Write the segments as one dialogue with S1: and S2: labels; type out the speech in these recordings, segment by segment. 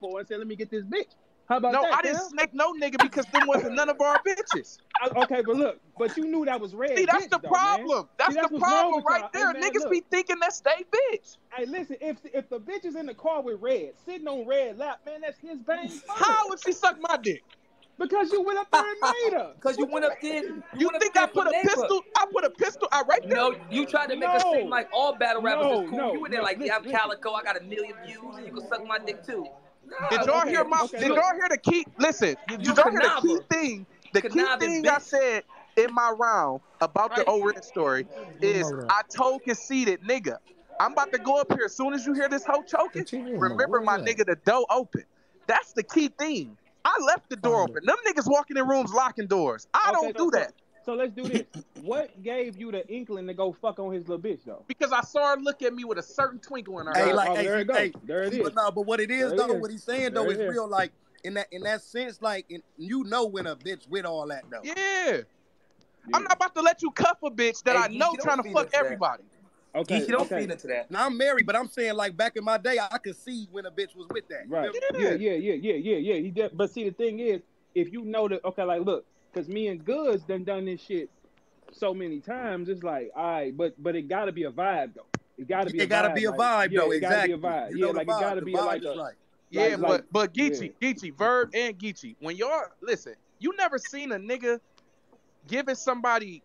S1: for and said, "Let me get this bitch." How about
S2: no,
S1: that?
S2: I didn't
S1: Cam?
S2: smack no nigga because them wasn't none of our bitches.
S1: I- okay, but look, but you knew that was red.
S2: See, that's
S1: bitch,
S2: the
S1: though, man.
S2: problem. That's,
S1: that's
S2: the
S1: what's wrong
S2: problem
S1: with
S2: right
S1: y'all.
S2: there.
S1: Hey, man,
S2: Niggas
S1: look.
S2: be thinking that's they bitch.
S1: Hey, listen, if if the bitch is in the car with red, sitting on red lap, man, that's his bang.
S2: How would she suck my dick?
S1: Because you went up there and made her.
S3: Because you went up there. You,
S2: You
S3: went up
S2: think
S3: there
S2: I put
S3: for
S2: a
S3: neighbor.
S2: pistol? I put a pistol. I raped her.
S3: No, you tried to make us
S1: No.
S3: seem like all battle rappers
S1: No,
S3: is cool.
S1: no,
S3: you were there
S1: no,
S3: like, yeah, I'm
S1: listen, listen.
S3: Calico. I got a million views, and you can suck my dick too. Nah,
S2: Did y'all
S1: okay,
S2: hear my?
S1: okay,
S2: did
S1: look.
S2: y'all hear the key? Listen, did
S3: You
S2: y'all hear the key
S3: conniving.
S2: thing? The key
S3: Conniving
S2: thing
S3: bitch.
S2: I said in my round about the
S3: Right.
S2: Oren story is I told conceited nigga, I'm about to go up here as soon as you hear this hoe choking. Remember my nigga, the door open. That's the key thing. I left the door open. Them niggas walking in rooms locking doors. I
S1: Okay,
S2: don't do
S1: so-
S2: that
S1: So let's do this. what gave you the inkling to go fuck on his little bitch though?
S2: because I saw her look at me with a certain twinkle in her
S4: Hey,
S2: eye.
S4: like,
S1: oh,
S4: hey,
S1: there it go.
S4: hey,
S1: There it
S4: See,
S1: is.
S4: But no, but what it is
S1: There it
S4: though,
S1: is.
S4: what he's saying though
S1: There
S4: is
S1: it is.
S4: real. Like in that in that sense, like in, you know when a bitch with all that though.
S2: yeah. I'm not about to let you cuff a bitch that
S3: Hey,
S2: I
S3: you
S2: know
S3: don't
S2: trying to
S3: feed
S2: fuck
S3: us that.
S2: everybody.
S1: Okay.
S3: Geechee, don't
S1: okay.
S3: feed into that.
S4: Now I'm married, but I'm saying like back in my day, I could see when a bitch was with that.
S1: Right. Yeah, yeah, yeah, yeah, yeah, yeah. He did. But see, the thing is, if you know that, okay, like, look, because me and Goods done done this shit so many times, it's like, all right, but but it gotta be a vibe though. It gotta be.
S4: It
S1: a
S4: gotta
S1: vibe,
S4: be a vibe
S1: like, yeah,
S4: though.
S1: It gotta be
S4: exactly.
S1: a vibe.
S4: You
S1: yeah,
S4: know the
S1: like
S4: vibe,
S1: it gotta
S4: the
S1: be a,
S4: vibe
S1: like
S4: is
S1: a.
S4: right.
S2: Yeah,
S1: Like-
S2: but
S1: like-
S2: but Geechee, Geechee, Verb and Geechee. When y'all listen, you never seen a nigga giving somebody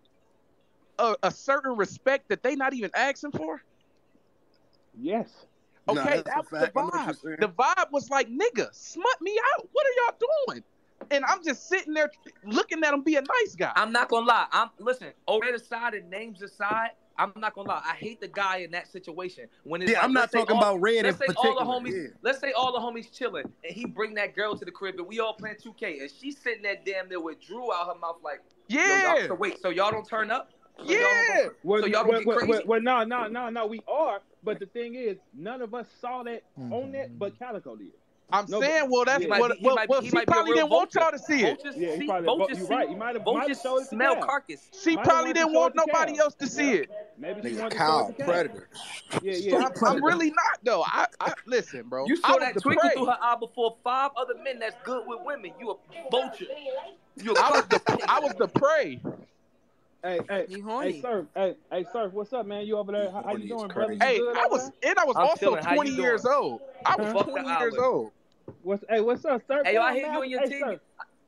S2: a, a certain respect that they not even asking for.
S1: Yes.
S4: Nah,
S2: Okay, that was
S4: that's a
S2: the
S4: fact. I know what you're
S2: vibe.
S4: saying.
S2: The vibe was like, nigga, smut me out. What are y'all doing? And I'm just sitting there looking at him being nice guy.
S3: I'm not gonna lie. I'm listen. Overhead aside and names aside, I'm not gonna lie. I hate the guy in that situation. When it's
S4: Yeah,
S3: like,
S4: I'm not
S3: let's say
S4: talking
S3: all-
S4: about red in
S3: Let's say all the
S4: particular.
S3: homies.
S4: Yeah.
S3: Let's say all the homies chilling, and he bring that girl to the crib, and we all playing 2K, and she's sitting there damn near with Drew out her mouth like, Yo,
S2: yeah,
S3: y'all, so wait, so y'all don't turn up? So y'all don't-
S2: yeah.
S1: Well,
S3: So y'all
S1: well,
S3: don't get
S1: well,
S3: crazy?
S1: well, well, no, no, no, no, we are. But the thing is, none of us saw that on
S3: Mm-hmm.
S1: that, but Calico did.
S2: I'm
S1: No,
S2: saying, well, that's
S1: he
S3: might
S2: what
S3: be- he
S2: well,
S3: might be-
S2: well,
S3: he
S2: she
S3: might be a
S2: probably
S3: real
S2: didn't want
S3: vulture.
S2: y'all to see it.
S3: Vultures
S1: Yeah, he
S3: see-
S1: probably-
S3: vultures
S1: you
S3: see-
S1: right. He might have-
S3: vultures
S1: might have showed it to
S3: smell
S1: Cal.
S3: carcass.
S2: She
S1: Might
S2: probably
S1: want to
S2: didn't
S1: show
S2: want
S1: it to
S2: nobody
S1: Cal.
S2: else to see it.
S1: Maybe she wanted to
S4: Nigga,
S1: show it
S4: cow
S1: to Cal.
S4: predator.
S1: Yeah, yeah.
S2: I'm, I'm really not though. I, I listen, bro.
S3: You
S2: I
S3: saw
S2: was
S3: that twinkle
S2: depraved.
S3: through her eye before five other men that's good with women. You a vulture. You a
S2: I was the
S3: carcass.
S2: I was the prey.
S1: Hey, hey,
S5: You
S1: hey,
S5: horny.
S1: surf. Hey, hey, surf. What's up, man? You over there? How, how you
S4: Horny is
S1: doing, brother? You
S4: crazy.
S2: Hey,
S1: good
S2: I
S1: over
S2: was
S1: there?
S2: and I was
S3: I'm
S2: also
S3: chilling. How you
S2: 20 years
S3: doing?
S2: old. I was
S3: Fuck the
S2: 20 years
S3: island.
S2: old.
S1: What's hey? What's up, surf?
S3: Hey, yo, I
S1: Come
S3: hear
S1: on,
S3: you
S1: man.
S3: and your
S1: Hey,
S3: team.
S1: surf.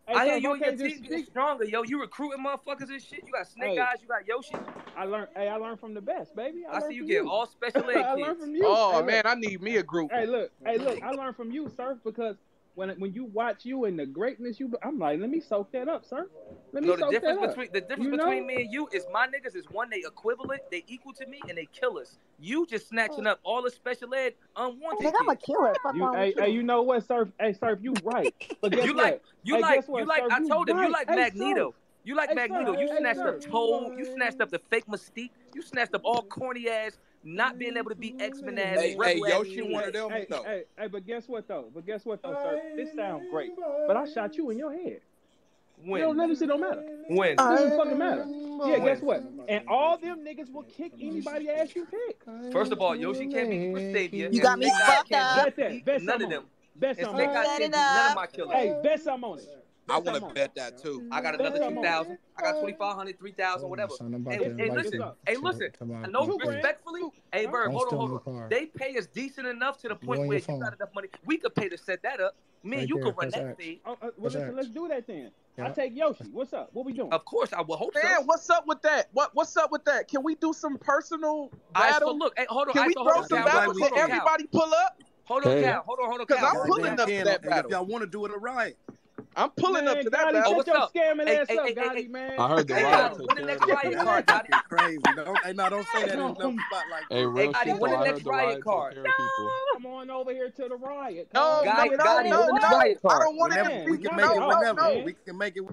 S1: Hey,
S3: I hear
S1: Surf,
S3: you
S1: I
S3: and your
S1: can't just
S3: team getting
S1: speak.
S3: stronger, yo. You recruiting motherfuckers and shit. You got snake
S1: Hey.
S3: eyes, you got Yoshi.
S1: I learned. Hey, I learned from the best, baby. I,
S3: I
S1: learned
S3: see you
S1: from
S3: get all special ed
S1: I learned
S3: kids.
S1: from you. Hey,
S2: Oh
S1: look.
S2: man, I need me a group.
S1: Hey, look. Hey, look. I learned from you, surf, because when when you watch you and the greatness you, I'm like, let me soak that up, surf. Let me
S3: No, the
S1: soak
S3: difference
S1: that up.
S3: between the difference
S1: You know?
S3: between me and you is my niggas is one they equivalent, they equal to me, and they kill us. You just
S1: Oh.
S3: snatching up all the special ed unwanted.
S6: Nigga, I'm a
S3: kids.
S6: killer. Fuck
S1: you,
S6: wrong
S1: hey,
S6: with
S1: hey,
S6: you.
S1: you know what, surf? Hey, surf, you right. But guess
S3: You
S1: what?
S3: like you
S1: Hey,
S3: like
S1: guess what,
S3: you like
S1: sir?
S3: I
S1: You
S3: told him you
S1: right.
S3: like
S1: Hey,
S3: Magneto. You like
S1: Hey,
S3: Magneto.
S1: sir.
S3: You
S1: Hey,
S3: snatched
S1: sir.
S3: up Toad. You snatched up the fake Mystique. You snatched up all corny ass, not being able to be X Men ass.
S7: Hey, hey,
S3: rebel ass
S7: Yoshi,
S3: niggas.
S7: one of them
S1: Hey,
S7: though.
S1: hey, hey, but guess what though? But guess what though, sir? This sounds great, but I shot you in your head. You don't
S3: When
S1: know this shit don't matter.
S3: when
S1: It doesn't fucking matter. Yeah,
S3: When?
S1: guess what? And all them niggas will kick anybody ass you pick.
S3: first of all Yoshi can't be Chris Xavier.
S5: You got me
S3: Snake Eyes
S5: fucked
S3: can't
S5: up.
S1: Bet that.
S3: beat
S1: Bet
S3: None
S1: some
S3: of
S1: on it.
S3: them.
S1: Bet
S3: And
S1: some on
S3: Snake
S1: it.
S3: Eyes
S5: Set
S3: can't
S5: it
S3: beat none of
S5: up.
S3: my killers.
S1: Hey, bet some on it.
S7: I
S1: Bet
S7: want
S1: some
S7: to
S1: on
S7: bet that too.
S3: I got
S1: Bet
S3: another
S1: some on it.
S3: 2,000. I got 2,500, 3,000, whatever.
S1: It's-
S3: And, and
S1: it's
S3: listen,
S1: up.
S3: hey, listen. I know
S1: Two grand.
S3: respectfully, hey,
S1: Huh?
S3: Verb, hold on,
S8: still
S3: hold
S8: your
S3: on.
S8: car.
S3: They pay us decent enough to the
S8: on
S3: point
S8: your
S3: where you
S8: phone.
S3: got enough money. We could pay to set that up. Me and
S8: Right
S3: you
S8: there,
S3: could run
S8: press
S3: that
S8: X.
S3: thing.
S1: Oh, uh, well,
S8: What's
S1: listen,
S8: that?
S1: let's do that then. I
S8: Yeah.
S1: take Yoshi. What's up? What we doing?
S3: Of course, I would hope so.
S2: Man, what's up with that? What what's up with that? Can we do some personal
S3: I so
S2: battle?
S3: look, hey, hold on,
S2: Can
S3: I
S2: we
S3: so
S2: throw
S3: hold
S2: some
S3: on, Cal,
S2: battles
S3: hold on,
S2: that
S3: Cal.
S2: everybody pull up?
S3: Hold on,
S8: Hey.
S3: Cal, hold on, hold on,
S2: 'Cause
S3: Cal.
S2: I'm pulling up to that
S4: And
S2: battle.
S4: if y'all want to do it right,
S2: I'm pulling up to
S1: Gotti,
S2: that battle.
S3: what's
S1: Shut your
S3: up?
S1: scamming
S3: Hey,
S1: ass
S3: hey,
S1: up,
S3: hey, hey,
S1: Gotti,
S3: hey.
S1: man.
S9: I heard the
S3: Hey,
S9: riot
S3: Gotti,
S9: took
S3: when the
S9: care of
S3: next riot
S9: that.
S3: card,
S4: that's
S3: Gotti?
S4: fucking crazy. Don't, hey, no, don't say that in no spot like
S9: Hey, real
S3: Gotti, when
S9: shit though,
S3: the
S9: I
S3: next
S9: heard the
S3: riot
S9: riot took
S3: card?
S9: care of people.
S1: Come on over here to the riot.
S2: No,
S1: Come
S2: no,
S1: on.
S3: Gotti,
S2: no,
S3: Gotti,
S2: no,
S3: when the
S2: no.
S3: riot
S2: I
S3: card?
S2: don't want
S4: whenever
S2: to
S1: Man,
S4: we can
S1: you
S4: make it
S1: know,
S2: No,
S4: whenever
S2: no,
S1: man.
S4: we can make it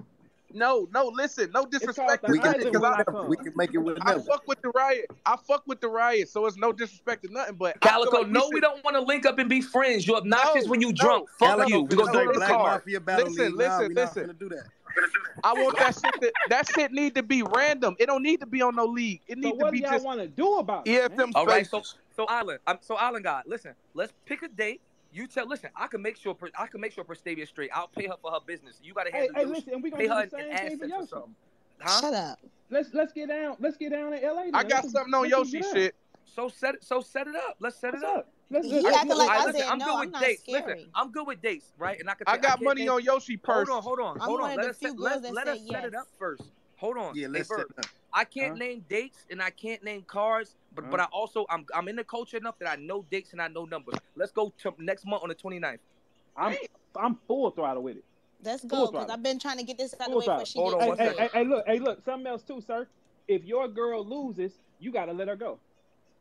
S2: no, no. Listen, no
S1: It's called
S2: disrespect
S1: the
S2: to
S4: we
S2: nothing,
S1: island
S4: can make
S2: because
S1: when
S4: it
S1: I
S2: I,
S4: whenever
S1: come.
S4: we can make it
S2: I
S4: whenever.
S2: fuck with the riot. I fuck with the riot, so it's no disrespect to nothing. But I feel
S3: Calico,
S2: like
S3: no,
S2: should-
S3: we don't want to link up and be friends. You're obnoxious
S2: No,
S3: when you
S2: no.
S3: drunk. Fuck
S4: Calico
S3: you. We're
S4: finna
S3: going to
S4: say
S3: do it this
S4: Black
S3: card.
S4: Mafia battle
S2: Listen,
S4: league. Nah,
S2: listen,
S4: we not
S2: listen.
S4: finna do that.
S2: I want that shit. To, that shit need to be random. It don't need to be on no league. It
S1: So
S2: need to
S1: what do
S2: be
S1: y'all
S2: just
S3: E
S1: want to do about it? man?
S2: EFM
S3: All right,
S2: space.
S3: so so Island, I'm so Island God. Listen, let's pick a date. You tell. Listen, I can make sure. I can make sure Prestavia straight. I'll pay her for her business. You gotta
S1: Hey,
S3: handle
S1: hey,
S3: your-
S1: listen, and we gonna
S3: pay
S1: do
S3: her
S1: the
S3: in
S1: same thing for
S3: assets or
S1: Yoshi.
S3: something. Huh?
S5: Shut up.
S1: Let's let's get down. Let's get down to LA. then.
S2: I got
S1: Let's-
S2: something on
S1: let's go
S2: Yoshi
S1: get out.
S2: shit.
S3: So set it. So set it up. Let's set
S1: What's
S3: it up.
S1: up? Let's,
S5: You
S1: let's-
S5: acting like
S1: let's-
S5: I
S3: Alright, listen,
S5: said
S3: I'm
S5: no,
S3: good
S5: I'm
S3: with
S5: not
S3: dates.
S5: scary.
S3: Listen, I'm good with dates, right? And I can.
S2: I
S3: take-
S2: got
S3: can't
S2: money
S3: date-
S2: on Yoshi purse.
S3: Hold on, hold on,
S5: I'm
S3: hold on.
S5: one of
S3: Let
S5: the
S3: us set,
S5: few
S3: let,
S5: girls that
S3: let
S5: say
S3: us set it
S5: yes.
S3: up first. Hold on.
S4: Yeah,
S3: Hey,
S4: let's
S3: Bird,
S4: set it up.
S3: I can't
S1: Huh?
S3: name dates and I can't name cards, but but I
S1: Huh?
S3: also I'm I'm in the culture enough that I know dates and I know numbers. Let's go to next month on the 29th.
S1: I'm I'm full throttle with it.
S5: Let's
S1: Full
S5: go because
S1: throttle.
S5: I've been trying to get this out of
S1: Full
S5: the way
S1: throttle.
S5: before she
S3: Hold
S1: Hey,
S3: on
S5: gets
S3: one
S1: hey,
S5: here.
S1: hey,
S3: second.
S1: hey, look, hey, look, something else too, sir. If your girl loses, you gotta let her go.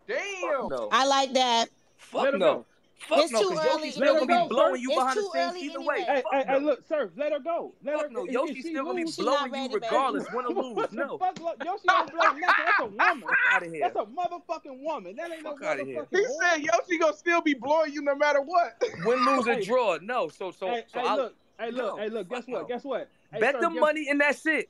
S2: Damn.
S3: No.
S5: I like that.
S1: Let
S3: Fuck
S1: her
S3: no.
S1: go.
S3: Fuck
S5: It's
S3: no,
S5: too
S3: 'cause
S5: early.
S3: Yoshi's
S1: Let
S3: still
S1: her
S3: gonna be
S1: go,
S3: blowing
S1: sir.
S3: you
S5: It's
S3: behind the
S5: too
S3: scenes
S5: early
S3: either
S5: anyway.
S3: way.
S1: Hey,
S3: Fuck
S1: hey,
S3: no.
S1: hey, look, sir, let her go. Let her
S3: Fuck no,
S1: if- if
S3: Yoshi's
S1: she
S3: still gonna be
S1: loses-
S5: She not
S3: blowing you
S5: ready, baby.
S3: regardless, win or lose.
S1: What the
S3: No,
S1: fuck, look, Yoshi ain't blow nothing. That's a woman.
S3: out of here.
S1: That's a motherfucking woman. That ain't no
S3: Fuck outta
S1: motherfucking
S3: here.
S2: He
S1: woman.
S2: said Yoshi gonna still be blowing you no matter what.
S3: Win, lose, or
S1: Hey.
S3: draw. No. So so
S1: hey,
S3: so
S1: hey,
S3: I'll
S1: look, hey, look,
S3: No,
S1: hey, look.
S3: fuck
S1: Guess what?
S3: no.
S1: Guess what? Hey,
S3: bet
S1: sir,
S3: the
S1: guess-
S3: money and that's it.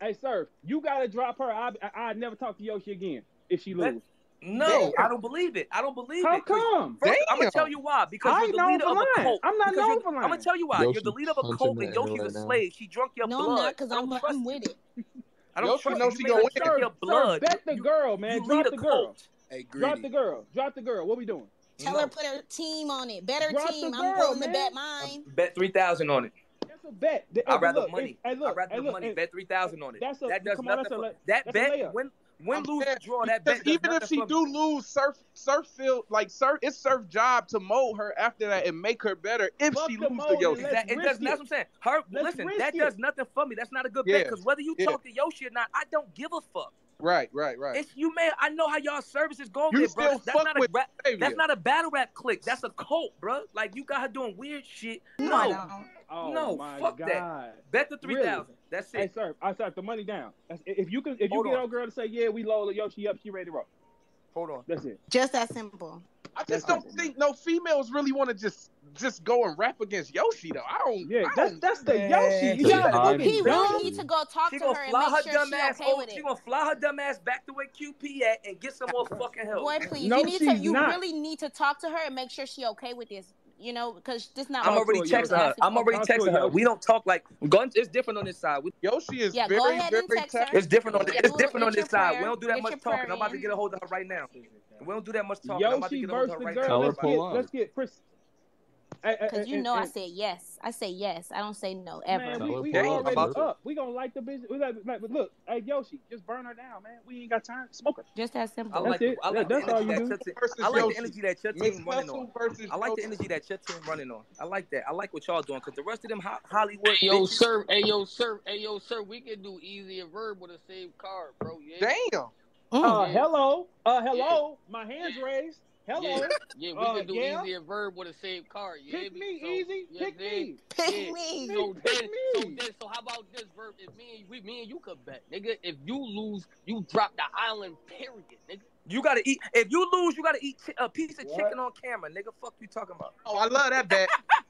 S1: Hey, sir, you gotta drop her. I I I'd never talk to Yoshi again if she
S3: Bet-
S1: loses.
S3: No, I don't believe it. I don't believe
S1: How
S3: it. 'cause
S1: come?
S3: First, I'm
S2: Damn.
S3: gonna tell you why. Because
S1: I
S3: you're
S1: ain't
S3: the
S1: known
S3: leader
S1: for
S3: of a
S1: lying.
S3: cult.
S1: I'm not known for
S3: I'm
S1: lying.
S3: gonna tell you why. you're the
S6: Yoshi
S3: leader of a
S6: punching
S3: cult,
S6: the
S3: and
S6: air
S3: Yoshi's
S6: right
S3: a
S6: now.
S3: slave. She drunk your
S5: No, I'm
S3: blood.
S5: not because
S3: I don't
S5: I'm,
S3: trust
S5: I'm
S3: you.
S5: with it.
S3: I don't
S2: Yoshi
S3: trust
S2: knows
S3: you.
S2: she
S3: You
S2: gonna
S3: make her
S2: win.
S3: drink
S1: Sir,
S3: your
S1: sir,
S3: blood.
S1: bet the
S3: You-
S1: girl, man.
S3: you
S1: drop
S3: lead a
S1: the girl.
S3: cult.
S4: Hey,
S1: Drop
S4: greedy.
S1: the girl. Drop the girl. What we doing?
S5: Tell
S3: No.
S5: her put her team on it. Better
S1: Drop the
S5: team.
S1: girl,
S5: I'm willing
S1: man.
S5: to bet mine.
S3: Bet three thousand on it.
S1: That's a bet. Th-
S3: I'd
S1: hey,
S3: rather
S1: look,
S3: money.
S1: Hey, look,
S3: I'd rather
S1: hey,
S3: the
S1: look,
S3: money.
S1: hey,
S3: Bet three thousand on it.
S1: That's a-
S3: that does
S1: come on,
S3: nothing.
S1: that's a
S3: for,
S1: lay-
S3: that
S1: that's a
S3: bet
S1: layup.
S3: win win
S2: I'm
S3: lose
S2: saying,
S3: draw. That
S2: Because
S3: bet does
S2: even if
S3: nothing
S2: she
S3: for me.
S2: do lose, surf surf field like surf it's surf job to mold her after that and make her better if
S1: Fuck
S2: she
S1: the
S2: loses
S1: mold
S2: to
S1: and
S2: Yoshi.
S1: let-
S3: That, it
S1: risk
S3: does. That's
S1: it.
S3: what I'm saying. Her
S1: Let's
S3: listen.
S1: risk
S3: That
S1: it.
S3: does nothing for me. That's not a good
S2: Yeah.
S3: bet because whether you
S2: Yeah.
S3: talk to Yoshi or not, I don't give a fuck.
S2: Right, right, right.
S3: It's you, man. I know how y'all services go,
S2: You
S3: there, bro.
S2: still
S3: That's, that's
S2: fuck
S3: not a
S2: with
S3: rap.
S2: Xavier.
S3: That's not a battle rap clique. That's a cult, bro. Like you got her doing weird shit. No,
S5: I don't.
S1: oh
S3: No,
S1: my
S3: fuck
S1: god.
S3: that. bet the three
S1: Really?
S3: thousand. That's
S1: Hey,
S3: it.
S1: sir, I start the money down. That's, if you can, if you
S3: Hold
S1: get
S3: on.
S1: our girl to say, "Yeah, we Lola Yoshi up," she ready to roll.
S3: Hold on.
S1: That's it.
S5: Just that simple.
S2: I just don't think no females really want to just just go and rap against Yoshi though. I don't.
S1: Yeah,
S2: I
S1: that's
S2: don't-
S1: that's the
S3: Man.
S1: Yoshi. You
S6: Yeah,
S1: gotta
S6: I
S1: fucking
S5: He
S6: agree.
S1: dumb.
S5: really need to go talk
S3: She
S5: to
S3: gonna
S5: her and
S3: fly
S5: make
S3: her
S5: sure
S3: dumb
S5: she
S3: ass.
S5: okay
S3: over-
S5: with
S3: She
S5: it.
S3: gonna fly her dumb ass back to where QP at and get some more fucking help.
S5: Boy, please,
S1: No,
S5: you need to
S1: she's
S5: you
S1: not.
S5: really need to talk to her and make sure she okay with this. You know, because this not.
S3: I'm
S1: Talk
S3: already
S1: to her,
S3: texting her. I'm already
S1: Talk to her,
S3: texting her.
S1: Yoshi.
S3: We don't talk like guns. It's different on this side. We-
S2: Yoshi is
S5: Yeah,
S2: very
S5: go ahead
S2: very
S5: and text her.
S3: It's different on.
S5: Yeah,
S3: It's
S5: do it.
S3: different on
S5: Get your
S3: this side. We
S5: prayer-
S3: don't do that
S5: get
S3: much
S5: your
S3: talking.
S5: prayer
S3: I'm about to
S5: in.
S3: get a hold of her right now. We don't do that much talking. I'm about to
S1: Yoshi
S3: get a hold
S1: versus
S3: of her
S1: the
S3: right
S1: girl.
S6: Tell
S3: now.
S6: her
S1: Let's
S6: pull
S1: get
S6: up.
S1: let's get Chris.
S5: Because
S3: Eh,
S5: you know, I said yes. I say yes. I don't say no
S1: Man,
S5: ever.
S1: we,
S6: Tell her
S1: we
S6: pull up,
S1: already
S6: bro.
S1: up. We gonna light the business. We like, like, but look, hey Yoshi, just burn her down, man. We ain't got time. Smoke her.
S5: Just that
S3: I
S5: simple.
S1: That's
S3: like. the-
S1: it.
S3: I like the
S1: That's all
S3: energy
S1: you
S3: that
S1: do.
S3: your team-
S2: versus
S3: I like
S2: Yoshi.
S3: the energy that your
S2: Miss
S3: team running on.
S2: Hustle versus
S3: I like the
S2: Yoshi.
S3: energy that your team running on. I like that. I like what y'all doing because the rest of them Ho- Hollywood
S7: Ayo,
S3: bitches-
S7: sir. Ayo, sir. Ayo, sir. We can do easier verb with the same card, bro. Yeah.
S2: Damn.
S5: Mm.
S1: Uh, hello. Uh, hello. My hands raised. Hello.
S7: Yeah, yeah we
S1: Uh,
S7: can do
S1: yeah.
S7: easier verb with the same card. Yeah.
S1: Pick
S7: be-
S1: me
S7: so,
S1: easy.
S7: yeah,
S1: Pick
S7: man.
S1: me.
S5: Pick
S7: Yeah.
S5: me.
S7: So
S1: Pick
S7: then, so
S1: me.
S7: then, so how about this verb? If me and we, me and you could bet, nigga. If you lose, you drop the island. Period, nigga.
S3: You gotta eat. If you lose, you gotta eat chi- a piece of chicken on camera, nigga. Fuck you talking about?
S2: Oh, I love that bet.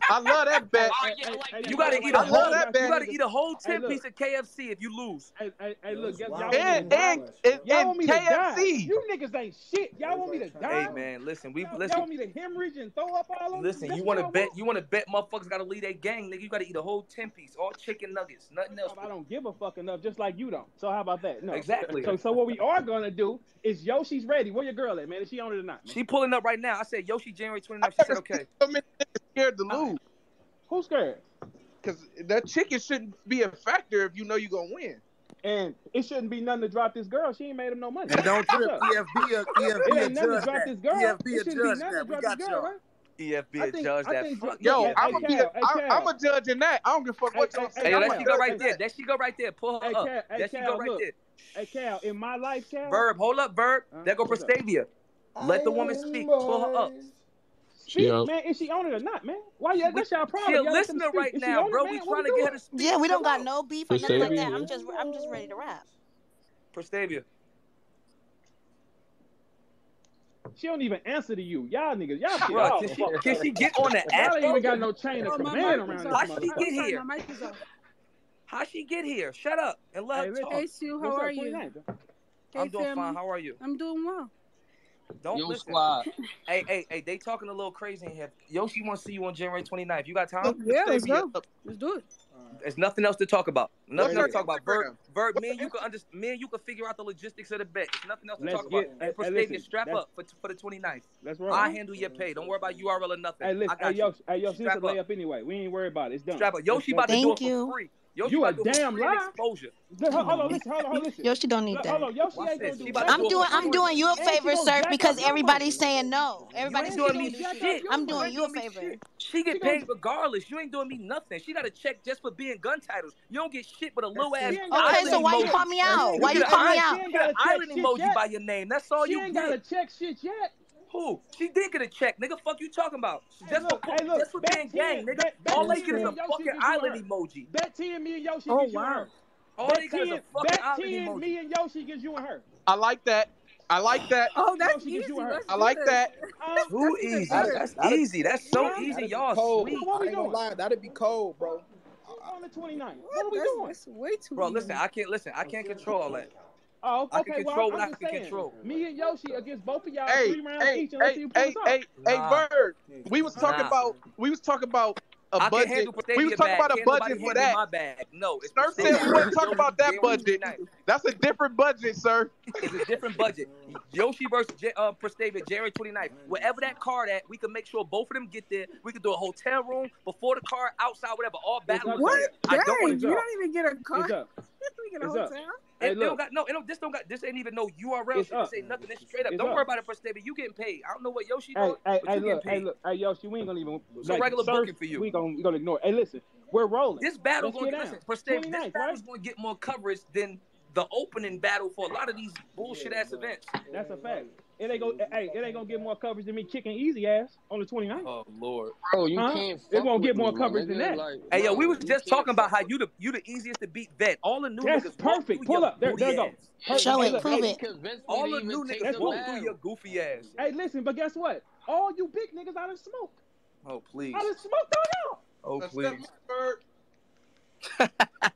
S2: I love that bet.
S7: Oh,
S1: hey,
S7: yeah,
S1: hey,
S7: like
S1: hey,
S7: that.
S3: You gotta
S7: I
S3: eat a
S2: love
S3: whole.
S2: that,
S3: You
S2: man.
S3: gotta eat a whhole
S1: Hey,
S3: ten
S1: look.
S3: piece of KFC if you lose.
S1: Hey, hey, hey, look, y'all, y'all want me
S2: And
S1: to die.
S2: and and,
S1: Y'all want me
S2: and
S1: to die.
S2: KFC.
S1: You niggas ain't shit. Y'all want me to die.
S3: Hey man, listen. We
S1: Y'all, y'all want
S3: listen.
S1: me to hemorrhage and throw up all over?
S3: Listen.
S1: That's
S3: You
S1: what
S3: want to
S1: y'all
S3: bet? You want to bet? Motherfuckers gotta leave their gang, nigga. You gotta eat a whole ten piece, all chicken nuggets, nothing else.
S1: First off, I don't give a fuck enough, just like you don't. So how about that? No.
S3: Exactly.
S1: So so what we are gonna do is Yoshi's ready. Where your girl at, man? Is she on it or not? man?
S3: She pulling up right now. I said Yoshi January 29th. She
S2: I've
S3: said
S2: never
S3: okay.
S2: seen so many niggas scared to lose
S1: Who's scared?
S2: because that chicken shouldn't be a factor if you know you're gonna win.
S1: And it shouldn't be nothing to drop this girl. She ain't made him no money.
S4: And don't
S1: What's
S4: trip.
S1: up?
S4: EFB, a,
S1: It
S4: EFB, a
S1: ain't nothing to drop
S4: judge that.
S1: this girl.
S4: EFB,
S1: it
S4: a
S1: shouldn't be nothing
S4: judge
S1: to
S4: that. We
S1: drop
S4: got
S1: this girl,
S4: y'all.
S1: right? I
S3: EFB
S1: think-
S3: judge
S1: I
S3: that.
S1: think-
S3: Fuck
S2: Yo,
S1: Yeah,
S3: yeah.
S2: I'm
S1: hey,
S2: gonna be. A,
S1: Cal, hey,
S2: I'm,
S1: Cal.
S2: I'm a judge in that. I don't give a fuck
S1: Hey,
S2: what
S1: hey,
S2: y'all
S1: hey,
S2: say.
S3: Hey,
S1: I'm
S3: let
S1: a
S3: she go
S1: judge
S3: right
S1: in
S3: there.
S1: that.
S3: Let she go right there. Pull her
S1: Hey,
S3: up.
S1: Cal, hey,
S3: let she go
S1: Cal,
S3: right
S1: look.
S3: there.
S1: Hey Cal, in my life, Cal,
S3: Verb, hold up, Verb.
S1: Huh?
S3: There go
S1: What's up?
S3: Prestavia. Let the woman speak. Pull her up.
S1: speak,
S6: Yeah.
S1: man. Is she on it or not, man? Why y'all? That's y'all problem.
S3: She a
S1: Y'all let them
S3: listener
S1: speak.
S3: right
S1: Is she
S3: now,
S1: on it,
S3: bro.
S1: man?
S3: We
S1: What
S3: trying to
S1: doing?
S3: get her to speak.
S5: Yeah, we
S3: Come
S5: don't got
S3: on.
S5: no beef or nothing like
S6: Prestavia,
S5: that.
S6: yeah.
S5: I'm just I'm just ready to rap.
S3: Prestavia.
S1: She don't even answer to you, y'all niggas. Y'all, get
S3: Bro,
S1: y'all,
S3: can she,
S1: motherfuckers.
S3: can she get on the
S1: y'all
S3: app?
S1: ain't even got no chain of
S8: Oh, my
S1: command
S8: mic
S1: around
S8: is
S1: this
S8: off.
S3: How'd she
S1: motherfucker.
S8: I'm
S3: get
S8: sorry,
S3: here?
S8: My mic is off.
S3: How she get here? Shut up and let
S1: Hey,
S3: her
S1: listen.
S3: talk.
S8: Hey, Sue,
S1: Yes,
S8: how
S1: sir,
S8: are you?
S1: 29th.
S8: Hey,
S3: I'm doing
S8: family.
S3: fine. How are you?
S8: I'm doing well.
S3: Don't
S7: Yo,
S3: listen.
S7: squad.
S3: Hey, hey, hey, they talking a little crazy in here. Yoshi wants to see you on January 29th. You got time?
S6: Yeah, let's
S2: Xavier.
S6: go. Let's do it.
S3: There's nothing else to talk about. Nothing
S2: What's
S3: else to talk
S2: her
S3: about. Bird,
S2: Instagram?
S3: Bird, me and you can under, me and you can figure out the logistics of the bet. There's nothing else to
S1: Let's
S3: talk
S1: get-
S3: about.
S1: hey,
S3: Hey,
S1: hey,
S3: First
S1: listen,
S3: Nigga, strap
S1: that's-
S3: up for for the 29th.
S1: That's
S3: I
S1: right.
S3: handle your pay. Don't worry about URL or nothing.
S1: Hey, listen,
S3: I
S1: hey,
S3: got you.
S1: Yoshi, hey, Yoshi, it's
S3: Strap
S1: a
S3: up.
S1: layup anyway. We ain't worried about it. It's done.
S3: Strap up. Yoshi about to
S1: Let's-
S3: do it
S5: Thank
S3: for
S5: you.
S3: free. Yoshi
S1: You
S3: about
S1: a
S3: to do it for
S1: damn
S3: free and
S1: liar.
S3: Exposure.
S1: let's- Hold on, listen, hold on, hold on, listen.
S6: Yoshi don't need
S1: Look,
S6: that.
S1: Hold on, Yoshi
S3: Watch
S1: ain't
S3: this.
S1: gonna
S3: She
S1: do
S3: about to
S1: that.
S3: do
S5: I'm
S3: it
S5: doing
S3: for
S5: I'm
S3: free.
S5: doing you a
S1: Ain't she
S5: favor,
S1: gonna
S5: sir,
S1: jack
S5: because
S1: up your
S5: everybody's
S1: money?
S5: saying no. Everybody's
S3: ain't
S5: saying
S3: doing
S5: no
S3: me
S5: to
S3: shit.
S5: shit. I'm
S3: You
S5: doing
S3: ain't
S5: you a
S3: doing me
S5: favor.
S3: shit. She get
S1: She
S3: paid
S1: gonna-
S3: regardless. You ain't doing me nothing. She got a check just for being gun titles. You don't get shit but a little ass.
S1: She ain't got
S5: Okay,
S1: a
S5: so
S1: check
S5: why you
S1: yet.
S5: call me out?
S1: You
S5: Why
S1: get
S5: you
S1: a-
S5: call me
S1: she
S5: out?
S1: ain't
S3: You got an
S1: gotta
S3: island
S1: check shit
S3: emoji
S1: yet.
S3: by your name. That's all
S1: She
S3: you
S1: ain't
S3: get.
S1: gotta check shit yet.
S3: Who? She did get a check, nigga. Fuck you talking about?
S1: Hey,
S3: just
S1: look,
S3: for
S1: hey, look,
S3: just for
S1: bet
S3: being
S1: 10,
S3: gang, nigga.
S1: bet- bet
S3: all they
S1: 10
S3: get is a
S1: million, Yoshi,
S3: fucking
S1: get you
S3: island
S1: hurt.
S3: emoji.
S1: Bet 10 me and Yoshi
S6: Oh,
S1: gets you
S6: wow.
S1: and her.
S3: All
S1: Bet
S3: they got is a
S1: 10
S3: fucking
S1: bet
S3: island
S1: 10
S3: emoji.
S1: me and Yoshi gets you and her. Um,
S2: I like that. I like that.
S6: Oh, that's
S1: Yoshi
S6: easy.
S1: gives you a hurt.
S6: Let's
S2: I
S6: do
S2: like
S6: this.
S2: that.
S1: Um,
S3: Too easy.
S8: that'd-
S3: That's
S8: that'd-
S3: easy. That's so
S1: Yeah.
S3: easy.
S8: That'd be
S3: Y'all
S8: cold.
S3: sweet.
S1: What
S8: I
S1: we
S8: ain't gonna
S1: doing?
S8: lie, that'd be cold, bro.
S1: On the 29th. What
S6: What?
S1: are we
S6: that's,
S1: doing?
S6: that's way too
S3: Bro,
S6: easy.
S3: listen, I can't listen. I can't control all that.
S1: Oh,
S3: I can
S1: okay.
S3: control
S1: well,
S3: what
S1: I'm,
S3: I
S1: I'm just
S3: can
S1: saying.
S3: control.
S1: Me and Yoshi against both of y'all
S2: Hey,
S1: three rounds
S2: hey,
S1: each, and let's see
S2: hey,
S1: who
S2: hey,
S1: pulls up.
S2: hey,
S3: Nah.
S2: hey, Bird. We was talking
S3: Nah.
S2: about. We was talking about
S3: I
S2: a
S3: can
S2: budget.
S3: handle Batavia
S2: We was talking
S3: bag.
S2: about a
S3: Can't nobody
S2: budget for
S3: handle
S2: that.
S3: My bag. No, it's
S2: Sir said
S3: Batavia.
S2: we wasn't talking about that
S3: January
S2: budget.
S3: 29th.
S2: That's a different budget, sir.
S3: It's a different budget. Yoshi versus J- uh, Prestavia, January 29th. Wherever that card at, we can make sure both of them get there. We can do a hotel room before the car, outside, whatever. All battle.
S1: up.
S6: what?
S3: I
S6: Dang,
S3: don't wanna
S6: you
S1: go.
S6: don't even get a car.
S1: It's up.
S6: we get a
S1: It's up.
S6: hotel.
S1: Hey,
S3: It, it don't
S1: look.
S3: got no. It don't, this don't got. This ain't even no URL.
S1: It's
S3: shit. This
S1: up.
S3: ain't nothing. It's straight up.
S1: It's
S3: don't
S1: up.
S3: worry about it, Prestavia. You getting paid. I don't know what Yoshi
S1: Hey,
S3: doing,
S1: hey,
S3: but
S1: hey,
S3: you getting
S1: look, hey,
S3: paid.
S1: look, hey, Yoshi, we ain't gonna even.
S3: It's a regular
S1: sir,
S3: booking for you.
S1: We gonna, we gonna ignore. it. Hey, listen, we're rolling.
S3: This battle
S1: Let's
S3: going to
S1: get
S3: listen,
S1: down.
S3: Prestavia. This
S1: 29th,
S3: battle's
S1: right?
S3: going to get more coverage than the opening battle for a lot of these bullshit ass events.
S1: That's a fact. It ain't gonna, hey, it ain't gonna get more coverage than me kicking easy ass on the 29th.
S3: Oh Lord.
S7: Bro, you
S1: Huh?
S7: can't.
S1: It
S7: fuck
S1: won't
S7: with
S1: get more
S7: me, my
S1: coverage than that.
S7: nigga. Like,
S3: Hey, yo,
S7: bro,
S3: we was
S7: you
S3: just
S7: can't
S3: talking about
S7: fuck
S3: how you the you the easiest to beat vet. All the new
S1: That's
S3: niggas walk through
S1: perfect.
S3: your
S1: Pull up. There,
S3: booty
S1: there you go.
S3: ass.
S7: with-
S1: Perfect.
S5: Show
S1: Hey,
S5: it,
S1: look,
S5: prove
S1: hey,
S7: You
S5: it.
S7: convinced me
S3: All
S7: to
S3: the
S7: even
S3: new
S7: take
S3: niggas
S1: That's
S7: the
S1: cool.
S3: walk through your
S7: battle.
S3: goofy ass.
S1: Hey, listen, but guess what? All you big niggas out of smoke.
S3: Oh please.
S1: Out of smoke, don't know.
S3: Oh
S2: Let's
S3: please.
S2: step up, Bird.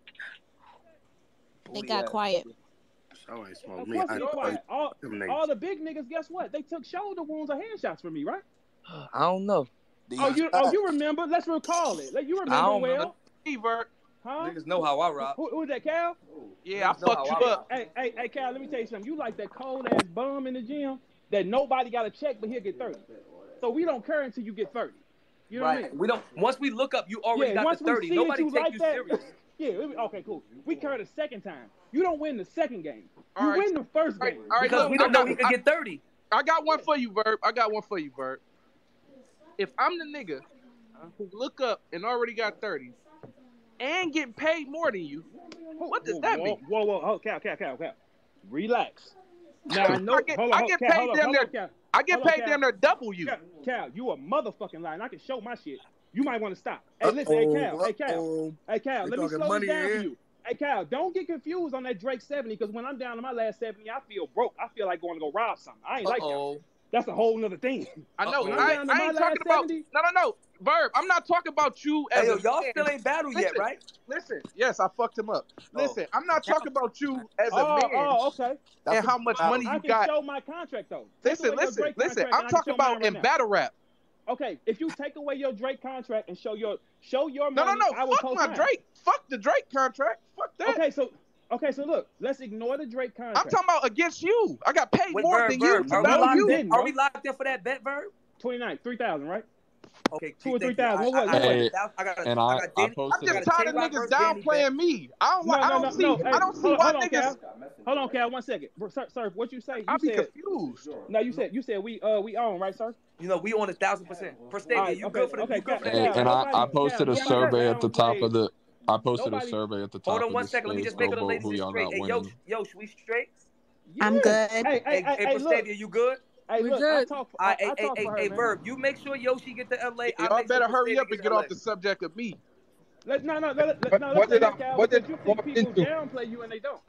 S5: They
S3: Booty
S5: got
S3: ass.
S5: quiet.
S4: Show ain't
S1: Of
S4: smoke me.
S1: course,
S4: I
S1: it's quiet. All,
S4: them niggas.
S1: all the big niggas, guess what? They took shoulder wounds or hand shots from me, right?
S3: I don't know.
S1: Oh, you, oh, you remember? Let's recall it. Like, you
S3: I
S1: remember
S3: don't remember.
S1: well,
S2: Hey, Bird.
S1: huh?
S3: Niggas know how I rock.
S1: Who, who was that, Cal?
S2: Yeah, I
S3: Niggas know
S2: fucked
S3: how
S2: you
S3: I
S2: up.
S1: Hey, hey, hey, Cal. Let me tell you something. You like that cold ass bum in the gym that nobody got to check, but he'll get thirty. So we don't care until you get thirty. You know
S3: right.
S1: what I mean?
S3: We don't. Once we look up, you already
S1: yeah,
S3: got
S1: once
S3: the
S1: we
S3: thirty.
S1: see
S3: Nobody
S1: that you
S3: take
S1: like
S3: you
S1: that,
S3: serious.
S1: yeah, we- okay, cool. We care the second time. You don't win the second game.
S2: All
S1: you
S2: right.
S1: win the first
S2: All right,
S1: game.
S2: all right,
S3: Because
S2: look,
S3: we don't
S2: I
S3: know
S2: got-
S3: he could
S2: I-
S3: get thirty.
S2: I got one for you, Verb. I got one for you, Verb. If I'm the nigga who look up and already got 30 and getting paid more than you, what does
S1: whoa,
S2: that
S1: whoa,
S2: mean?
S1: Whoa, whoa, whoa, Cal, Cal, Cal, Cal. Relax. Now I know.
S2: I get-
S1: hold
S2: I
S1: on, hold
S2: get
S1: Cal,
S2: paid
S1: hold on,
S2: damn
S1: hold on, Cal.
S2: I get
S1: Hold on,
S2: paid
S1: Cal.
S2: damn near double you.
S1: Cal, Cal, you a motherfucking liar. and I can show my shit. You might want to stop. Hey, listen, hey, Cal, hey, Cal, hey, Cal. Let
S4: They
S1: me
S4: talking
S1: slow
S4: money
S1: it down
S4: here.
S1: for you. Hey, Cal, don't get confused on that Drake seventy because when I'm down to my last seventy, I feel broke. I feel like going to go rob something. I ain't like that.
S3: oh.
S1: That's a whole nother thing.
S2: I know.
S3: Uh-oh.
S1: Oh,
S2: I,
S1: Down to
S2: I
S1: my
S2: ain't
S1: last
S2: talking about.
S1: 70.
S2: No, no, no. Verb, I'm not talking about you as
S3: Hey, yo,
S2: a
S3: y'all
S2: man.
S3: still Oh. ain't battled yet,
S2: Listen.
S3: right?
S2: Listen, yes, I fucked him up. Listen, I'm not talking about you as a
S1: oh,
S2: man
S1: oh, okay.
S8: That's
S2: and how much money
S1: I
S2: you
S1: can
S2: got.
S1: show my contract though. Take
S2: Listen,
S1: away your
S2: listen,
S1: Drake
S2: listen.
S1: contract, and
S2: I'm
S1: I can
S2: talking
S1: show mine
S2: about
S1: right
S2: in
S1: now.
S2: battle rap.
S1: Okay, if you take away your Drake contract and show your show your
S2: No, no,
S1: money,
S2: no.
S1: I will
S2: Fuck
S1: post
S2: my
S1: mine.
S2: Drake. Fuck the Drake contract. Fuck that.
S1: Okay, so okay, so look, let's ignore the Drake contract.
S2: I'm talking about against you. I got paid
S3: Wait,
S2: more
S3: Verb,
S2: than
S3: Verb,
S2: you.
S1: to
S3: are, we
S1: battle
S3: locked
S1: you.
S3: in?
S1: Didn't,
S3: are
S1: bro.
S3: we locked in for that bet, Verb?
S1: 29, 3,000, right?
S3: Okay,
S1: Two or
S3: thank you.
S1: 3,000, what
S3: I-
S1: was
S3: I-
S1: it?
S3: I-
S8: Hey,
S3: I got
S8: And
S3: a-
S8: I,
S3: got
S8: I
S3: Danny-
S2: I'm
S8: posted
S2: just
S8: it.
S3: Got a
S2: tired of
S3: J-Rock
S2: niggas
S3: versus Danny
S2: downplaying me. I don't. want. I don't see.
S1: Hey,
S2: I don't see
S1: hold,
S2: why
S1: hold on,
S2: niggas.
S1: Cal. Hold on, Cal, one second. Bro, sir, sir, what you say? You
S2: I be
S1: said
S2: confused.
S1: no, you said you said we uh we own, right, sir?
S3: You know, we on a thousand percent. Prestavia,
S1: Alright,
S3: you
S1: okay,
S3: good for the
S1: okay,
S3: you good for
S1: Cal-
S3: that?
S8: Hey,
S1: Cal,
S8: and I,
S1: nobody-
S8: I posted
S1: Cal,
S8: a
S1: nobody
S8: survey at the top
S1: downplays-
S8: of the. I posted
S1: nobody-
S8: a survey at the top
S3: Hold on
S8: of
S3: one
S8: the
S3: second. Let me
S8: stage
S3: just make
S8: go
S3: sure the
S8: vote
S3: ladies
S8: who
S3: is
S8: y'all
S3: straight.
S8: got
S3: Hey, yo,
S8: winning.
S3: yo, sh- we straight?
S5: I'm
S1: Yeah.
S5: good.
S1: Hey, hey,
S3: Hey,
S1: hey,
S3: hey,
S1: hey, look,
S3: Prestavia, you good?
S1: hey,
S6: We
S1: look, I
S6: good.
S1: talk, I,
S3: I, hey,
S1: I
S3: hey,
S1: talk
S3: hey,
S1: for her,
S3: hey,
S1: man.
S3: Verb, you make sure Yoshi get to LA. I
S2: Y'all
S3: make sure
S2: better hurry
S3: Prestavia
S2: up and
S3: gets
S2: get
S3: LA.
S2: off the subject of me.
S1: Let, no, no, let, let,
S8: What-
S1: no,
S8: what
S1: let's say
S8: did
S1: that,
S8: I-
S1: Cal,
S8: what did
S1: because you
S8: I
S1: think
S8: walk
S1: people
S8: into?
S1: downplay you and they don't.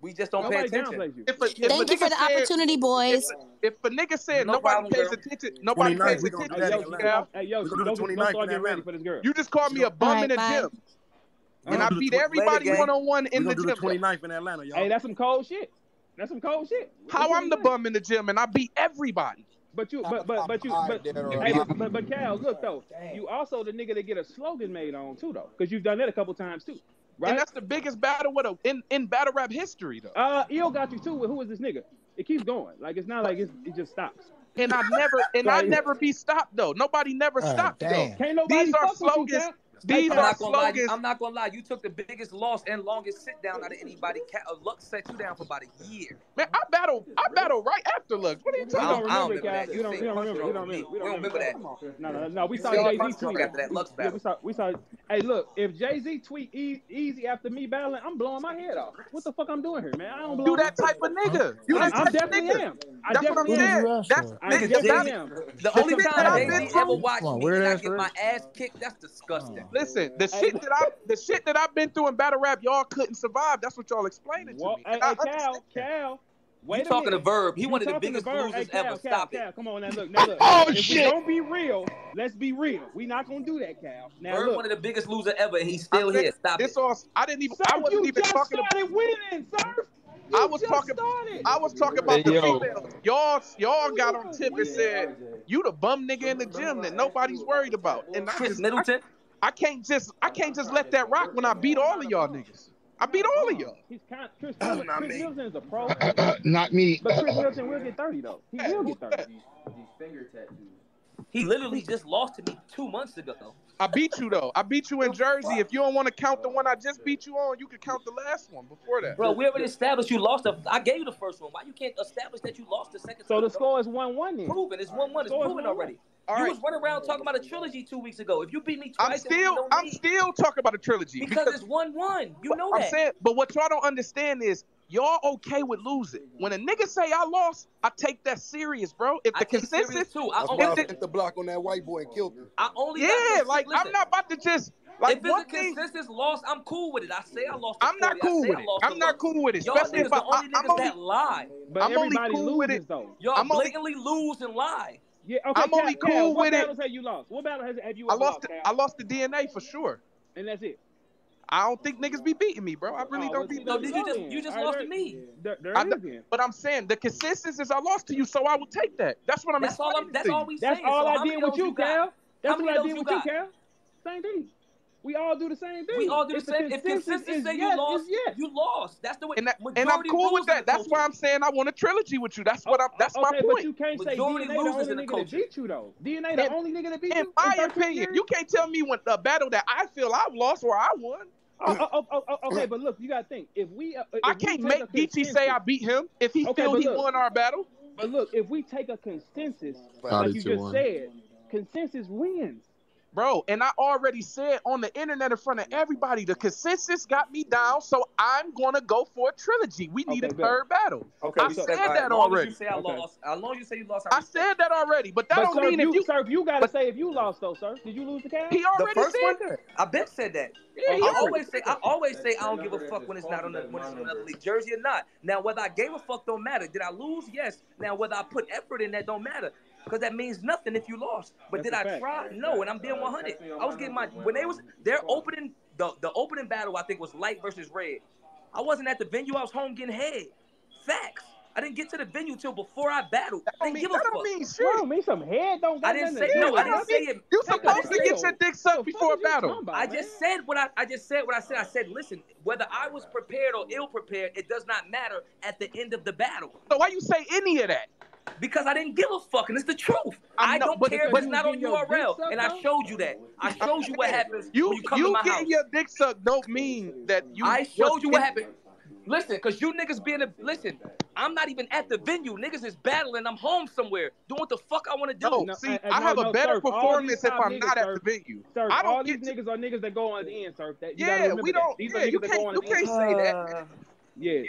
S3: We just don't pay
S1: Nobody
S3: attention.
S1: downplays you.
S2: If a, if a
S5: Thank you for
S2: nigga
S5: the
S2: said
S5: opportunity,
S2: if,
S5: boys.
S2: if a nigga said
S3: No
S2: nobody
S3: problem,
S2: pays
S3: girl.
S2: attention, nobody
S4: 29,
S2: pays
S4: we gonna do
S2: attention
S1: Hey,
S2: to
S4: that
S1: Yoshi,
S2: you,
S4: Atlanta.
S2: Cal.
S1: don't, hey, Yoshi,
S4: We're gonna do
S1: don't,
S4: the
S1: don't start
S4: 29th in
S1: getting ready
S4: Atlanta.
S1: for this girl.
S2: You just called me a
S5: All
S2: bum in
S5: right,
S2: the
S5: bye.
S2: gym,
S4: We're
S2: and
S4: gonna
S2: I
S4: do the
S2: beat
S4: twen-
S2: everybody
S3: Later, gang.
S2: one on one
S4: We're
S2: in the
S4: gonna do the
S2: gym.
S4: 29th in Atlanta, y'all.
S1: Hey, that's some cold shit. That's some cold shit.
S2: How I'm the bum in the gym and I beat everybody.
S1: But you, but but but you, but hey, but, but, but Cal, look though, you also the nigga that get a slogan made on too though, because you've done that a couple times too, right?
S2: And that's the biggest battle with a, in in battle rap history though.
S1: uh, Eo got you too. With who is this nigga? It keeps going. Like it's not like it's, it just stops.
S2: And I never and I never be stopped though. Nobody never stopped though.
S1: Can't nobody
S2: These are
S1: fuck with you,
S2: slogans.
S1: Cal.
S2: These
S3: I'm
S2: are
S3: not, gonna lie,
S2: slogans.
S3: I'm not gonna lie. You took the biggest loss and longest sit down out of anybody. Cat, uh, luck set you down for about a year.
S2: Man, I battle I battle right after Lux. What are you
S1: We
S2: talking
S3: I
S1: don't
S3: don't- I don't
S1: remember,
S3: remember
S1: Cal.
S3: that.
S1: You don't,
S3: You
S1: you don't
S3: say
S1: remember.
S3: punch
S1: You don't
S3: drunk.
S1: remember.
S3: We don't remember that.
S1: No, no, no. We saw
S3: say
S1: Jay Z
S3: punch drunk
S1: tweet
S3: after that Lux
S1: Yeah, we
S3: battle.
S1: saw. We saw. Hey, look. If Jay Z tweet e- easy after me battling, I'm blowing my head off. What the fuck I'm doing here, man? I don't blow
S2: You that type of nigga. You
S1: I,
S2: that
S1: I
S2: type of
S1: definitely
S2: nigga.
S1: am. I
S2: That's what I'm
S1: definitely am.
S2: saying.
S6: Who's
S2: That's
S6: wrestling?
S1: I
S2: nigga,
S1: definitely
S2: that-
S1: am.
S3: The only
S2: shit that I've
S3: time Jay
S2: been
S3: Z ever
S2: told-
S3: watched
S6: Come on,
S3: me
S6: weird
S3: and I
S6: ass
S3: get my
S6: words.
S3: ass kicked, that's disgusting.
S2: Listen, the shit that I the shit that I've been through in battle rap, y'all couldn't survive. That's what y'all explaining to
S1: Well,
S2: me.
S1: hey,
S2: And I
S1: hey, Cal,
S2: understand.
S1: Cal. Wait
S3: You
S1: a
S3: talking
S1: minute.
S3: a verb? He
S1: You
S3: one of the
S1: talking
S3: biggest
S1: to Bird.
S3: losers
S1: Hey, Cal,
S3: ever.
S1: Cal,
S3: Stop
S1: Cal,
S3: it.
S1: Come on now, look. Now, look.
S2: Oh,
S1: if We
S2: shit.
S1: don't be real. Let's be real. We not gonna do that, Cal. Now
S3: Bird,
S1: look.
S3: one of the biggest loser ever, and he's
S2: I
S3: still
S2: said-
S3: here. Stop
S2: this
S3: it.
S2: all I didn't even
S1: Surf,
S2: I wasn't
S1: you
S2: even
S1: just
S2: talking about
S1: started winning, Surf. You
S2: I was
S1: just
S2: talking-
S1: Started.
S2: I was talking about the
S8: Hey, yo.
S2: females. Y'all y'all got on tip and said you the bum nigga in the gym that nobody's worried about. And I,
S3: Chris Middleton.
S2: I can't just I can't just let that rock when I beat all of y'all niggas. I beat all of y'all.
S1: He's kind. Chris, Middleton-
S2: Not
S1: Chris
S2: me.
S1: Middleton is a pro,
S9: Uh, Not me.
S1: but Chris Middleton will get thirty though. He will get thirty.
S3: He literally just lost to me two months ago.
S2: I beat you though. I beat you in Jersey. If you don't want to count the one I just beat you on, you can count the last one before that.
S3: Bro, we already established you lost. The, I gave you the first one. Why you can't establish that you lost the second
S1: So
S3: time?
S1: the score is one one then.
S3: proven. It's one one. It's
S1: Score is
S3: proven
S1: 1-1.
S3: already.
S2: All
S3: you
S2: right.
S3: was running around talking about a trilogy two weeks ago. If you beat me
S2: I'm
S3: twice, then we
S2: still
S3: don't
S2: I'm
S3: need-
S2: still talking about a trilogy
S3: because, it's one one. You know
S2: I'm
S3: that.
S2: saying, but what y'all don't understand is y'all okay with losing. When a nigga say I lost, I take that serious, bro. If
S3: I
S2: the
S3: take serious
S2: consensus,
S3: too. I
S2: if
S4: That's why I
S2: the-
S4: hit the block on that white boy and killed him.
S3: I only got
S2: yeah,
S3: this-
S2: like I'm
S3: listen,
S2: not about to just like
S3: if it's
S2: one
S3: a
S2: thing.
S3: consensus loss, I'm cool with it. I say I lost. to
S2: I'm not
S3: 40. I
S2: cool
S3: say
S2: with
S3: I
S2: it.
S3: lost to
S2: I'm not
S3: Lux.
S2: cool with it,
S3: Y'all
S2: especially
S3: niggas
S2: if I,
S3: the
S2: I,
S3: only
S2: I'm
S3: niggas
S2: only
S3: that lie.
S1: But
S2: I'm only
S1: everybody
S2: cool with
S1: loses
S2: it.
S1: though.
S3: Y'all
S2: I'm only-
S3: blatantly lose and lie.
S1: Yeah. Okay.
S2: I'm
S1: Cal,
S2: only
S1: Cal,
S2: cool
S1: what
S2: with it.
S1: battles have you lost? What battle has have you
S2: I
S1: ever
S2: lost.
S1: lost?
S2: The, I
S1: Cal?
S2: lost the DNA for sure.
S1: And that's it.
S2: I don't think niggas be beating me, bro. I really
S1: Oh,
S2: don't
S1: let's
S2: be.
S1: see.
S3: No, did you
S1: go
S3: just
S1: then.
S3: you just
S1: All right,
S3: lost to
S1: there-
S3: me?
S1: There, there
S2: I
S1: it
S2: don't-
S1: is then.
S2: But I'm saying the consensus is I lost to you, so I will take that. That's what I'm
S3: That's all. I'm,
S2: explaining
S3: that's
S2: to you.
S3: all we
S1: That's
S3: saying.
S1: all
S3: So how
S1: I
S3: many
S1: did
S3: of
S1: with
S3: those
S1: you,
S3: got?
S1: Cal. That's what
S3: many of
S1: I
S3: those
S1: did
S3: you
S1: with you,
S3: got?
S1: Cal. Same thing. We all do the same thing.
S3: We all do the
S1: If
S3: same. If consensus
S1: is
S3: say you
S1: yes,
S3: lost,
S1: it's yes.
S3: you lost. That's the way.
S2: and, that, and I'm
S3: majority
S2: cool with
S3: rules in
S2: that.
S3: the
S2: That's why
S3: culture.
S2: I'm saying I want a trilogy with you. That's what I'm. That's
S1: okay,
S2: my
S1: But
S2: point.
S1: you can't say
S3: Majority
S1: DNA the only
S3: losers in the
S1: nigga that
S3: culture.
S1: beat you though. DNA the
S2: In-
S1: only nigga that beat
S2: In
S1: you.
S2: my
S1: 13
S2: opinion,
S1: years?
S2: you can't tell me when a battle that I feel I've lost or I won.
S1: Oh, oh, oh, oh, okay, but look, you gotta think. If we, uh, if
S2: I
S1: we take
S2: can't make
S1: a
S2: Geechee say I
S1: consensus-
S2: beat him if he
S1: Okay,
S2: feel
S1: but
S2: he
S1: look.
S2: won our battle.
S1: But look, if we take a consensus,
S9: Howdy
S1: like you
S9: to
S1: just
S9: one.
S1: said, consensus wins.
S2: Bro, and I already said on the internet in front of everybody, the consensus got me down, so I'm gonna go for a trilogy. We need
S1: Okay,
S2: a
S1: bet.
S2: third battle.
S1: Okay,
S2: I
S1: so-
S2: said
S3: Alright,
S2: that
S3: as long as
S2: already.
S3: You say I
S1: Okay.
S3: lost. As long as you say you lost,
S2: I said that already, but that
S1: but
S2: don't
S1: sir,
S2: mean
S1: you,
S2: if you
S1: sir, you gotta
S2: but-
S1: say if you lost though, sir, did you lose the cow?
S2: he already said
S3: that. I bet said that.
S2: Yeah, he
S3: I
S2: already-
S3: always say I always say I don't give a fuck when it's not on the, when it's on another league jersey or not. Now whether I gave a fuck don't matter. Did I lose? Yes. Now whether I put effort in that don't matter. Because that means nothing if you lost. But
S1: That's a
S3: did I
S1: fact.
S3: try? No, and I'm being 100. I was getting my when they was their opening the the opening battle I think was light versus red. I wasn't at the venue. I was home getting head. Facts. I didn't get to the venue till before I battled.
S2: that
S3: I
S2: don't
S3: didn't
S2: mean,
S3: give a
S2: that
S3: fuck.
S2: don't mean shit.
S1: Bro, me some head don't got
S3: I didn't
S1: nothing
S3: say
S1: to do
S3: no.
S1: with
S3: I
S1: it.
S3: didn't say it.
S2: You
S1: Heck, I
S2: supposed to get
S1: feel.
S2: your dick
S1: The
S2: sucked
S1: fuck
S2: before a
S1: is you
S2: battle.
S1: talking about,
S3: I
S1: man?
S3: just said what I, I just said what I said. I said, listen, whether I was prepared or ill prepared, it does not matter at the end of the battle
S2: So why you say any of that?
S3: because I didn't give a fuck, and it's the truth.
S2: I'm
S3: I
S2: not-
S3: don't
S2: but-
S3: care if
S1: but
S3: it's
S1: you
S3: not on
S1: getting your
S3: URL,
S1: dick sucked,
S3: and I
S1: though?
S3: showed you that. I showed you what happens
S2: You
S3: when you
S2: you,
S3: come to my
S2: getting
S3: house.
S2: your dick sucked don't mean that you.
S3: I showed you what happened. Listen, cause you niggas being a listen, I'm not even at the venue. Niggas is battling. I'm home somewhere doing what the fuck I want to do.
S2: No,
S1: No,
S2: see,
S1: I- I-
S2: I
S1: no,
S2: have a
S1: no,
S2: better
S1: sir. All
S2: performance
S1: these
S2: if
S1: top
S2: I'm
S1: niggas,
S2: not at
S1: sir.
S2: the venue.
S1: Sir,
S2: I
S1: all
S2: don't
S1: these
S2: get.
S1: niggas are niggas that go on the end, sir. That, you gotta
S2: yeah,
S1: remember
S2: we
S1: that.
S2: don't.
S1: These
S2: Yeah,
S1: are niggas
S2: you
S1: that go
S2: can't.
S1: on
S2: You
S1: the end.
S2: can't say that. man.
S1: Yeah.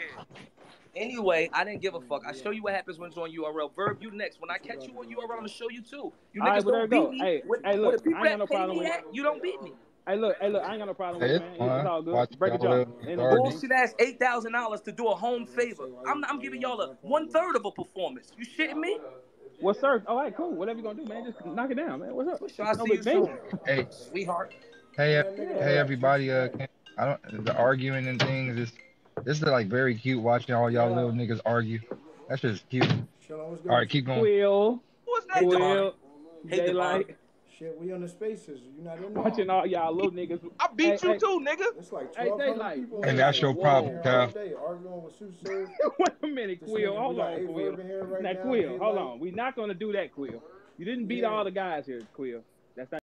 S3: Anyway, I didn't give a fuck. I show you what happens when it's on URL. Verb, you next. When I catch you on URL, I'm gonna show you too. You
S1: All right,
S3: niggas
S1: well,
S3: don't
S1: there you
S3: beat
S1: go.
S3: me.
S1: Hey,
S3: With-
S1: hey,
S3: with
S1: look,
S3: the people
S1: I ain't
S3: that
S1: got no
S3: pay
S1: problem
S3: me
S1: with it.
S3: that, you don't beat me.
S1: Hey, look, hey, look, I ain't got no problem with it, man. It's all
S9: Watch
S1: good. Break a
S9: y'all
S1: jaw.
S9: up,
S1: Ain't no
S9: Darby.
S1: big deal.
S3: Bullshit ass eight thousand dollars to do a home favor. I'm, I'm giving y'all a one third of a performance. You shitting me?
S1: Well, sir, all right, cool. Whatever you gonna do, man, just knock it down, man. What's up?
S3: Sure, I
S1: No
S3: see
S1: big
S3: you
S1: thing.
S3: soon,
S9: Hey,
S3: sweetheart.
S9: hey, hey, everybody. Uh, I don't. The arguing and things is
S6: This is like very cute watching all y'all little niggas argue. That's just cute. All right, keep going.
S1: Quill.
S3: What's
S1: that? Quill.
S3: Hey,
S1: Daylight.
S9: Shit, we on the spaces. You not in there.
S1: Watching all y'all little niggas.
S2: I beat
S1: Hey,
S2: you
S1: hey.
S2: too, nigga.
S9: It's like
S1: Hey,
S9: twelve hundred
S1: Daylight.
S9: people.
S6: And that's your problem, Kyle.
S9: Arguing with Sue Surf.
S1: Wait a minute,
S9: This
S1: Quill.
S9: nigga,
S1: Hold
S9: we got
S1: on,
S9: eight
S1: Quill.
S9: over here right
S1: Now,
S9: now,
S1: Quill, hold
S9: Daylight.
S1: on. We're not gonna do that, Quill. You didn't beat
S9: Yeah.
S1: all the guys here, Quill. That's not.